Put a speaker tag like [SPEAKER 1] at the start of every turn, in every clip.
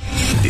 [SPEAKER 1] The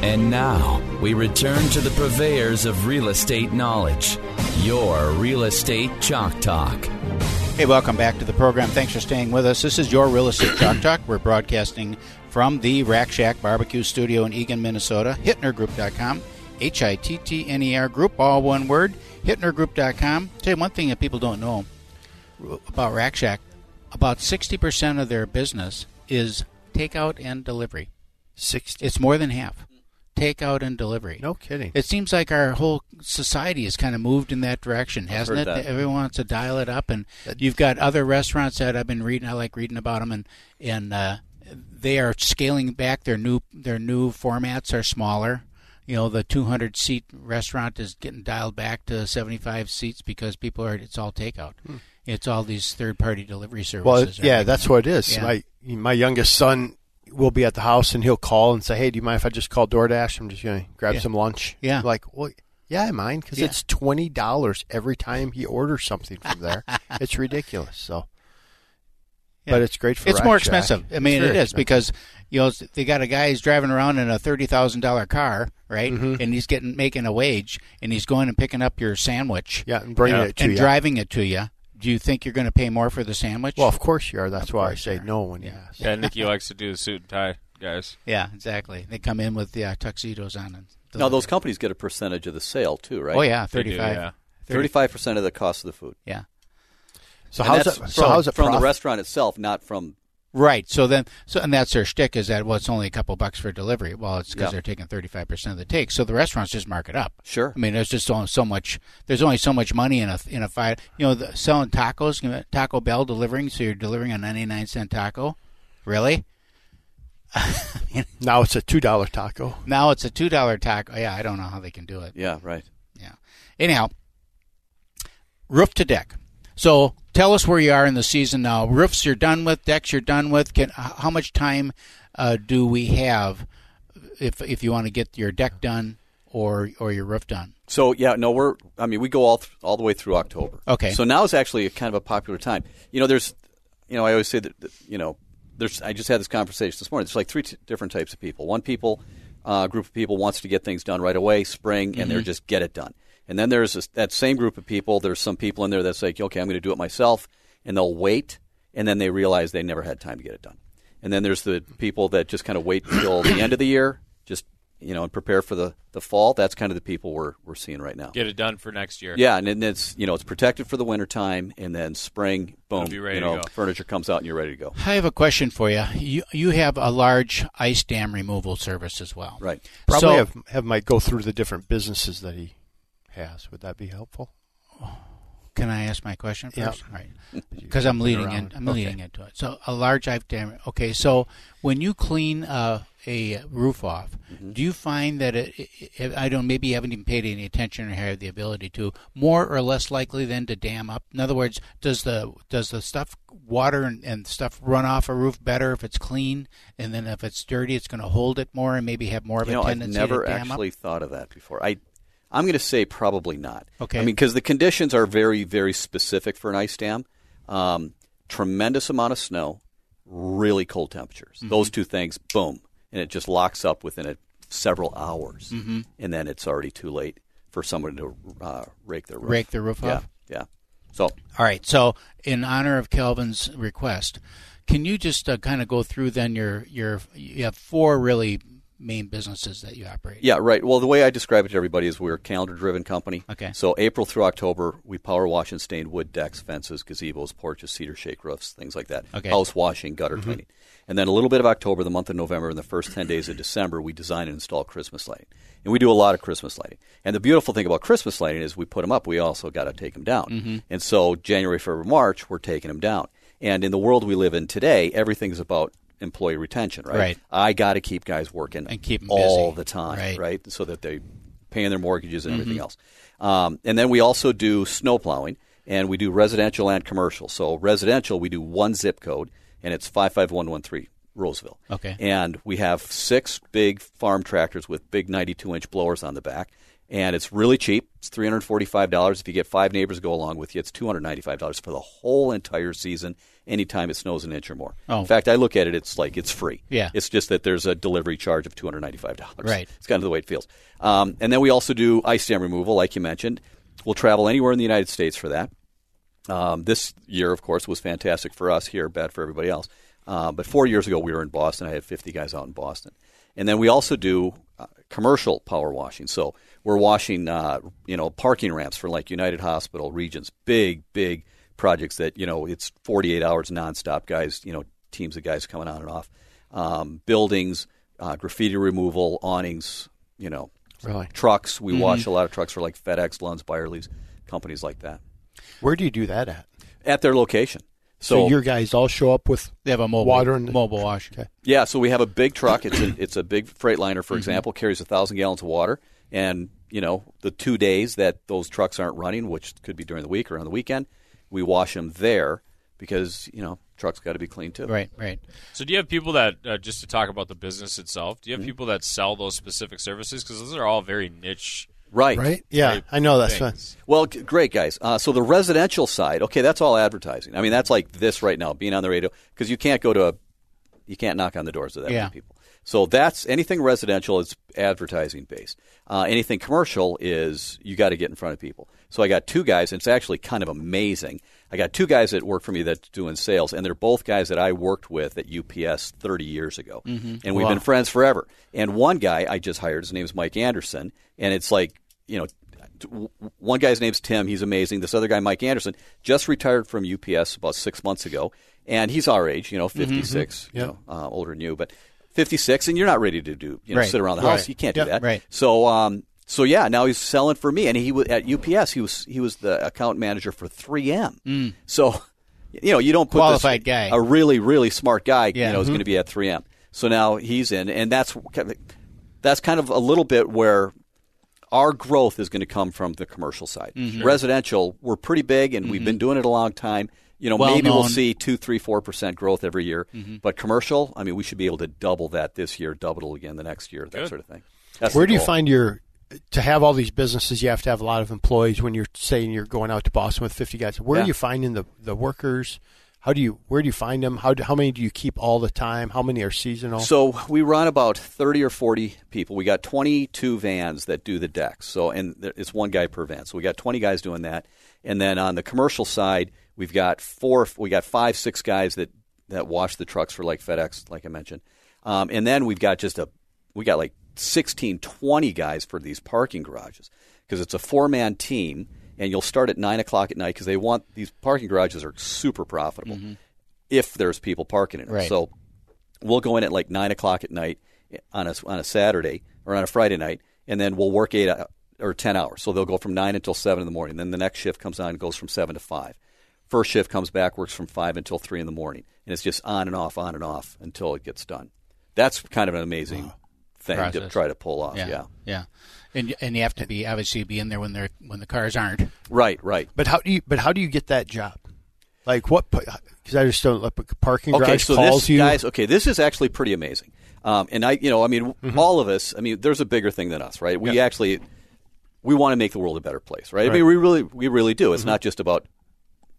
[SPEAKER 2] And now we return to the purveyors of real estate knowledge, your real estate chalk talk.
[SPEAKER 3] Hey, welcome back to the program. Thanks for staying with us. This is your Real Estate Chalk Talk. We're broadcasting from the Rack Shack Barbecue Studio in Eagan, Minnesota. HittnerGroup.com, H I T T N E R Group, all one word. HittnerGroup.com. Tell you one thing that people don't know about Rack Shack about 60% of their business is takeout and delivery.
[SPEAKER 4] 60.
[SPEAKER 3] It's more than half takeout and delivery.
[SPEAKER 4] No kidding.
[SPEAKER 3] It seems like our whole society has kind of moved in that direction, hasn't it?
[SPEAKER 4] heard that.
[SPEAKER 3] Everyone wants to dial it up, and you've got other restaurants that I've been reading. I like reading about them, and and uh, they are scaling back their new their new formats are smaller. You know, the 200 seat restaurant is getting dialed back to 75 seats because people are it's all takeout. It's all these third party delivery services.
[SPEAKER 4] Hmm. Well,
[SPEAKER 3] aren't
[SPEAKER 4] yeah,
[SPEAKER 3] it?
[SPEAKER 4] that's what it is.
[SPEAKER 3] Yeah.
[SPEAKER 4] My my youngest son will be at the house and he'll call and say, "Hey, do you mind if I just call DoorDash? I'm just going to grab
[SPEAKER 3] Yeah.
[SPEAKER 4] some lunch."
[SPEAKER 3] Yeah.
[SPEAKER 4] I'm like, well, yeah, I mind because
[SPEAKER 3] Yeah.
[SPEAKER 4] it's twenty dollars every time he orders something from there. it's ridiculous. So,
[SPEAKER 3] Yeah.
[SPEAKER 4] but it's great for.
[SPEAKER 3] it's more
[SPEAKER 4] Rack Shack.
[SPEAKER 3] expensive. I mean,
[SPEAKER 4] It's
[SPEAKER 3] it
[SPEAKER 4] very
[SPEAKER 3] is because you know they got a guy who's driving around in a thirty thousand dollar car, right?
[SPEAKER 4] Mm-hmm.
[SPEAKER 3] And he's getting making a wage, and he's going and picking up your sandwich,
[SPEAKER 4] Yeah, and bringing
[SPEAKER 3] you know,
[SPEAKER 4] it to
[SPEAKER 3] and
[SPEAKER 4] you.
[SPEAKER 3] driving it to you. Do you think you're going to pay more for the sandwich?
[SPEAKER 4] Well, of course you are. That's why I
[SPEAKER 3] course
[SPEAKER 4] say
[SPEAKER 3] you are.
[SPEAKER 4] no when you
[SPEAKER 3] Yeah.
[SPEAKER 4] ask.
[SPEAKER 5] Yeah, Nikki likes to do the suit and tie, guys.
[SPEAKER 3] yeah, exactly. They come in with the uh, tuxedos on. And
[SPEAKER 6] Now those
[SPEAKER 3] deliver.
[SPEAKER 6] companies get a percentage of the sale too, right?
[SPEAKER 3] Oh yeah,
[SPEAKER 5] They do,
[SPEAKER 3] thirty five.
[SPEAKER 5] yeah.
[SPEAKER 6] thirty-five percent of the cost of the food.
[SPEAKER 3] Yeah.
[SPEAKER 4] So
[SPEAKER 6] And
[SPEAKER 4] how's
[SPEAKER 6] that's
[SPEAKER 4] it? So
[SPEAKER 6] from,
[SPEAKER 4] how's it
[SPEAKER 6] from the
[SPEAKER 4] profit-
[SPEAKER 6] restaurant itself, not from
[SPEAKER 3] Right. So then, so and that's their shtick is that well, it's only a couple bucks for delivery. Well, it's because
[SPEAKER 6] Yeah.
[SPEAKER 3] they're taking thirty five percent of the take. So the restaurants just mark it up.
[SPEAKER 6] Sure.
[SPEAKER 3] I mean, there's just only so much. There's only so much money in a in a five. You know, the, selling tacos, you know, Taco Bell delivering. So you're delivering a ninety nine cent taco. Really?
[SPEAKER 4] Now it's a two dollar taco.
[SPEAKER 3] Now it's a two dollar taco. Yeah, I don't know how they can do it.
[SPEAKER 6] yeah, right.
[SPEAKER 3] Yeah. Anyhow, roof to deck. So tell us where you are in the season now. Roofs you're done with, decks you're done with. Can h- how much time uh, do we have if if you want to get your deck done or or your roof done?
[SPEAKER 6] So yeah, no, we're. I mean, we go all th- all the way through October.
[SPEAKER 3] Okay.
[SPEAKER 6] So now is actually a kind of a popular time. You know, there's, you know, I always say that, that, you know, there's. I just had this conversation this morning. There's like three t- different types of people. One people, uh, group of people wants to get things done right away, spring, and they're just get it done. And then there's this, that same group of people. There's some people in there that's like, okay, I'm going to do it myself, and they'll wait, and then they realize they never had time to get it done. And then there's the people that just kind of wait until the end of the year, just you know, and prepare for the, the fall. That's kind of the people we're we're seeing right now.
[SPEAKER 5] Get it done for next year.
[SPEAKER 6] Yeah, and then it's you know it's protected for the winter time, and then spring, boom,
[SPEAKER 5] It'll be ready
[SPEAKER 6] you
[SPEAKER 5] to
[SPEAKER 6] know,
[SPEAKER 5] go.
[SPEAKER 6] furniture comes out and you're ready to go.
[SPEAKER 3] I have a question for you. You you have a large ice dam removal service as well,
[SPEAKER 6] Right.
[SPEAKER 4] Probably
[SPEAKER 3] So-
[SPEAKER 4] have have Mike go through the different businesses that he has. Would that be helpful?
[SPEAKER 3] Can I ask my question
[SPEAKER 4] Yeah.
[SPEAKER 3] first? All right. Because I'm leading in,
[SPEAKER 4] around.
[SPEAKER 3] I'm leading into it. So a large ice dam. Okay, so when you clean uh, a roof off,
[SPEAKER 6] Mm-hmm.
[SPEAKER 3] do you find that it, it, I don't maybe you haven't even paid any attention or have the ability to more or less likely than to dam up? In other words, does the does the stuff water and, and stuff run off a roof better if it's clean, and then if it's dirty, it's going to hold it more and maybe have more of
[SPEAKER 6] You know,
[SPEAKER 3] a
[SPEAKER 6] I've
[SPEAKER 3] tendency
[SPEAKER 6] never
[SPEAKER 3] to dam up?
[SPEAKER 6] actually thought of that before. I I'm going to say probably not.
[SPEAKER 3] Okay.
[SPEAKER 6] I mean, because the conditions are very very specific for an ice dam. Um, tremendous amount of snow, really cold temperatures.
[SPEAKER 3] Mm-hmm.
[SPEAKER 6] Those two things, boom, and it just locks up within a, several hours, mm-hmm. and then it's already too late for someone to uh, rake their roof.
[SPEAKER 3] Rake the roof
[SPEAKER 6] yeah,
[SPEAKER 3] off?
[SPEAKER 6] Yeah. So
[SPEAKER 3] All right. So, in honor of Kelvin's request, can you just uh, kind of go through then your your you have four really main businesses that you operate?
[SPEAKER 6] Yeah, right. Well, the way I describe it to everybody is we're a calendar driven company.
[SPEAKER 3] Okay.
[SPEAKER 6] So April through October, we power wash and stain wood decks, fences, gazebos, porches, cedar shake roofs, things like that.
[SPEAKER 3] Okay. Mm-hmm.
[SPEAKER 6] House washing, gutter cleaning. And then a little bit of October, the month of November, and the first 10 days of December, we design and install Christmas lighting. And we do a lot of Christmas lighting. And the beautiful thing about Christmas lighting is we put them up, we also got to take them down.
[SPEAKER 3] Mm-hmm.
[SPEAKER 6] And so January, February, March, we're taking them down. And in the world we live in today, everything's about employee retention, right?
[SPEAKER 3] Right.
[SPEAKER 6] I got to keep guys working
[SPEAKER 3] And keep 'em
[SPEAKER 6] all
[SPEAKER 3] busy.
[SPEAKER 6] the time,
[SPEAKER 3] Right. Mm-hmm.
[SPEAKER 6] So that they paying their mortgages and everything else. Um, and then we also do snow plowing, and we do residential and commercial. So residential, we do one zip code, and it's five five one one three Roseville.
[SPEAKER 3] Okay.
[SPEAKER 6] And we have six big farm tractors with big ninety two inch blowers on the back. And it's really cheap. It's three hundred forty-five dollars. If you get five neighbors to go along with you, it's two hundred ninety-five dollars for the whole entire season. Anytime it snows an inch or more.
[SPEAKER 3] Oh.
[SPEAKER 6] In fact, I look at it; it's like it's free.
[SPEAKER 3] Yeah.
[SPEAKER 6] It's just that there's a delivery charge of two hundred ninety-five dollars.
[SPEAKER 3] Right.
[SPEAKER 6] It's kind of the way it feels. Um, and then we also do ice dam removal, like you mentioned. We'll travel anywhere in the United States for that. Um, this year, of course, was fantastic for us here, bad for everybody else. Uh, but four years ago, we were in Boston. I had 50 guys out in Boston. And then we also do uh, commercial power washing. So we're washing, uh, you know, parking ramps for like United Hospital, Regions, big, big projects that, you know, it's 48 hours nonstop, guys, you know, teams of guys coming on and off. Um, buildings, uh, graffiti removal, awnings, you know,
[SPEAKER 4] Really?
[SPEAKER 6] trucks. We wash a lot of trucks for like FedEx, Lunds, Buyer Leaves, companies like that
[SPEAKER 4] Where do you do that at?
[SPEAKER 6] at their location.
[SPEAKER 4] So,
[SPEAKER 6] So,
[SPEAKER 4] your guys all show up with
[SPEAKER 3] They have a mobile
[SPEAKER 4] water and
[SPEAKER 3] mobile wash.
[SPEAKER 4] Okay.
[SPEAKER 6] yeah, so we have a big truck. It's a, it's a big Freightliner, for example, carries a thousand gallons of water, and you know the two days that those trucks aren't running, which could be during the week or on the weekend, we wash them there because you know trucks got to be clean too.
[SPEAKER 3] Right, right.
[SPEAKER 5] So do you have people that uh, just to talk about the business itself? Do you have
[SPEAKER 6] Mm-hmm.
[SPEAKER 5] people that sell those specific services? Because those are all very niche.
[SPEAKER 6] right,
[SPEAKER 4] right? Yeah,
[SPEAKER 5] Right.
[SPEAKER 4] I know that's fine.
[SPEAKER 5] Thanks.
[SPEAKER 6] Well, g- great guys. Uh, so the residential side, okay, that's all advertising. I mean, that's like this right now, being on the radio, because you can't go to a, you can't knock on the doors of that
[SPEAKER 3] Yeah.
[SPEAKER 6] many people. So that's anything residential is advertising based. Uh, anything commercial is you got to get in front of people. So I got two guys, and it's actually kind of amazing. I got two guys that work for me that's doing sales, and they're both guys that I worked with at UPS 30 years ago, and we've been friends forever. And one guy I just hired, his name is Mike Anderson, and it's like you know w- one guy's name's Tim. He's amazing. This other guy, Mike Anderson, just retired from UPS about six months ago, and he's our age, you know,
[SPEAKER 3] Mm-hmm,
[SPEAKER 6] 56, you know, uh, older than you, but 56, and you're not ready to do, you know,
[SPEAKER 3] Right.
[SPEAKER 6] sit around the
[SPEAKER 4] Right.
[SPEAKER 6] house. You can't
[SPEAKER 4] Yeah,
[SPEAKER 6] do that.
[SPEAKER 3] right.
[SPEAKER 6] So, um, so yeah, now he's selling for me, and he was at UPS. He was he was the account manager for 3M. So, you know, you don't put this-
[SPEAKER 3] Mm. Qualified guy.
[SPEAKER 6] a really really smart guy.
[SPEAKER 3] Yeah. Mm-hmm.
[SPEAKER 6] You know, is going to be at 3M. So now he's in, and that's kind of- that's kind of a little bit where our growth is going to come from the commercial side. Residential, we're pretty big, and we've
[SPEAKER 4] Mm-hmm.
[SPEAKER 6] been doing it a long time. You know,
[SPEAKER 3] Well
[SPEAKER 6] maybe we'll
[SPEAKER 3] known.
[SPEAKER 6] see two, three, four percent growth every year.
[SPEAKER 4] Mm-hmm.
[SPEAKER 6] But commercial, I mean, we should be able to double that this year, double it again the next year, that sort of thing. That's
[SPEAKER 4] Where
[SPEAKER 6] the
[SPEAKER 4] do you
[SPEAKER 6] goal.
[SPEAKER 4] find your to have all these businesses? You have to have a lot of employees. When you're saying you're going out to Boston with 50 guys, where
[SPEAKER 6] Yeah.
[SPEAKER 4] are you finding the the workers? How do you where do you find them? How do, how many do you keep all the time? How many are seasonal?
[SPEAKER 6] So we run about thirty or forty people. We got twenty-two vans that do the decks. So and there, it's one guy per van. So we got twenty guys doing that. And then on the commercial side, we've got four. We got five, six guys that that wash the trucks for like FedEx, like I mentioned. Um, and then we've got just a we got like 16, 20 guys for these parking garages because it's a four man team, and you'll start at nine o'clock at night because they want these parking garages are super profitable if there's people parking in them.
[SPEAKER 3] Right.
[SPEAKER 6] So we'll go in at like nine o'clock at night on a on a Saturday or on a Friday night, and then we'll work eight uh, or ten hours. So they'll go from nine until seven in the morning. Then the next shift comes on, and goes from seven to five. First shift comes back, works from five until three in the morning, and it's just on and off, on and off until it gets done. That's kind of an amazing thing to
[SPEAKER 3] Process.
[SPEAKER 6] try to pull off. Yeah.
[SPEAKER 3] yeah. yeah. And, and you have to be obviously be in there when they're when the cars aren't.
[SPEAKER 6] right, right.
[SPEAKER 4] but how do you but how do you get that job? Like what? Because I just don't let parking
[SPEAKER 6] Okay,
[SPEAKER 4] garage
[SPEAKER 6] so
[SPEAKER 4] calls
[SPEAKER 6] this
[SPEAKER 4] you.
[SPEAKER 6] guys, okay, this is actually pretty amazing. Um, and I, you know, I mean,
[SPEAKER 4] Mm-hmm.
[SPEAKER 6] all of us. I mean, there's a bigger thing than us, right? We actually we want to make the world a better place, right? I mean, we really we really do.
[SPEAKER 4] Mm-hmm.
[SPEAKER 6] It's not just about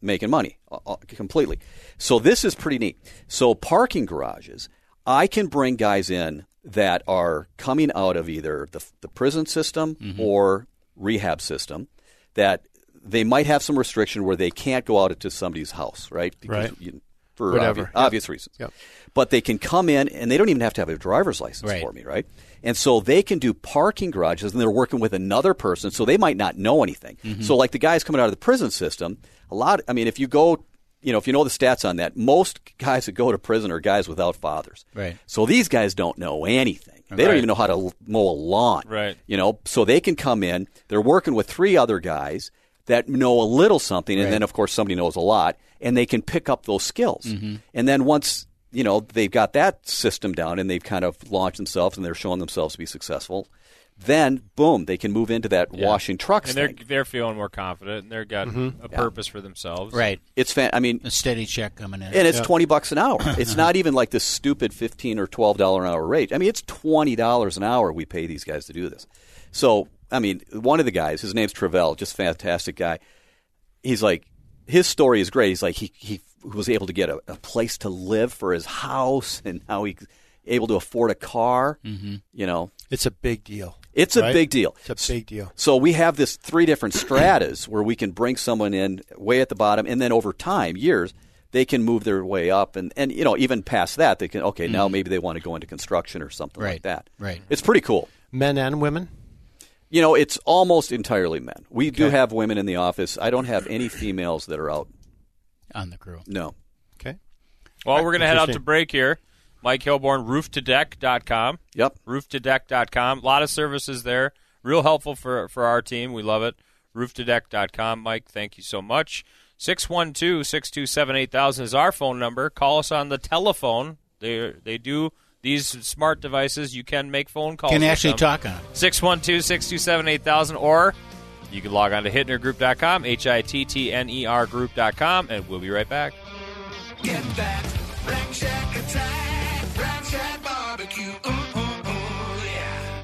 [SPEAKER 6] making money uh, uh, completely. So this is pretty neat. So parking garages, I can bring guys in that are coming out of either the, the prison system
[SPEAKER 4] Mm-hmm.
[SPEAKER 6] or rehab system that they might have some restriction where they can't go out to somebody's house, right? Because
[SPEAKER 4] Right.
[SPEAKER 6] You, for
[SPEAKER 4] Whatever.
[SPEAKER 6] obvi- Uh, obvious reasons.
[SPEAKER 4] Yep.
[SPEAKER 6] But they can come in and they don't even have to have a driver's license
[SPEAKER 3] Right.
[SPEAKER 6] for me, right? And so they can do parking garages and they're working with another person, so they might not know anything. So like the guys coming out of the prison system, a lot I mean, if you go you know, if you know the stats on that, most guys that go to prison are guys without fathers.
[SPEAKER 3] Right.
[SPEAKER 6] So these guys don't know anything. They don't even know how to l- mow a lawn.
[SPEAKER 5] Right.
[SPEAKER 6] You know, so they can come in. They're working with three other guys that know a
[SPEAKER 5] Mm-hmm.
[SPEAKER 6] little something, and then of course somebody knows a lot, and they can pick up those skills. And then once you know, they've got that system down and they've kind of launched themselves and they're showing themselves to be successful. Then, boom, they can move into that washing trucks Mm-hmm.
[SPEAKER 5] and they're
[SPEAKER 6] thing.
[SPEAKER 5] they're feeling more confident and they've got a purpose for themselves.
[SPEAKER 3] Right.
[SPEAKER 6] It's fan- I mean,
[SPEAKER 3] A steady check coming in.
[SPEAKER 6] and it's twenty bucks an hour. It's not even like this stupid fifteen or twelve dollar an hour rate. I mean, it's twenty dollars an hour we pay these guys to do this. So, I mean, one of the guys, his name's Travell, just fantastic guy. He's like, his story is great. He's like, he he was able to get a, a place to live for his house, and how he able to afford a car. Mm-hmm. You know,
[SPEAKER 4] It's a big deal.
[SPEAKER 6] it's a
[SPEAKER 4] Right?
[SPEAKER 6] big deal.
[SPEAKER 4] It's a big deal.
[SPEAKER 6] So we have this three different stratas where we can bring someone in way at the bottom, and then over time, years, they can move their way up, and, and you know even past that, they can okay now maybe they want to go into construction or something like
[SPEAKER 3] Mm-hmm. Right,
[SPEAKER 6] that.
[SPEAKER 3] right.
[SPEAKER 6] It's pretty cool.
[SPEAKER 4] Men and women.
[SPEAKER 6] You know, it's almost entirely men. We do have women in the office. I don't have any females that are out.
[SPEAKER 3] on the crew.
[SPEAKER 6] No.
[SPEAKER 4] Okay.
[SPEAKER 5] Well, we're going to head out to
[SPEAKER 4] Interesting.
[SPEAKER 5] break here. Mike Hilborn, rooftodeck.com.
[SPEAKER 6] Yep.
[SPEAKER 5] Rooftodeck.com. A lot of services there. Real helpful for, for our team. We love it. Rooftodeck.com. Mike, thank you so much. 612 627 8000 is our phone number. Call us on the telephone. They, they do these smart devices. You can make phone
[SPEAKER 6] Oh,
[SPEAKER 5] calls.
[SPEAKER 3] Can
[SPEAKER 5] with
[SPEAKER 3] actually
[SPEAKER 5] them.
[SPEAKER 3] talk on it.
[SPEAKER 5] 612 627 8000, or you can log on to hitnergroup.com, H I T T N E R group.com, and we'll be right back.
[SPEAKER 7] Get that Rack Shack attack. Rack Shack barbecue. Ooh, ooh, ooh, yeah.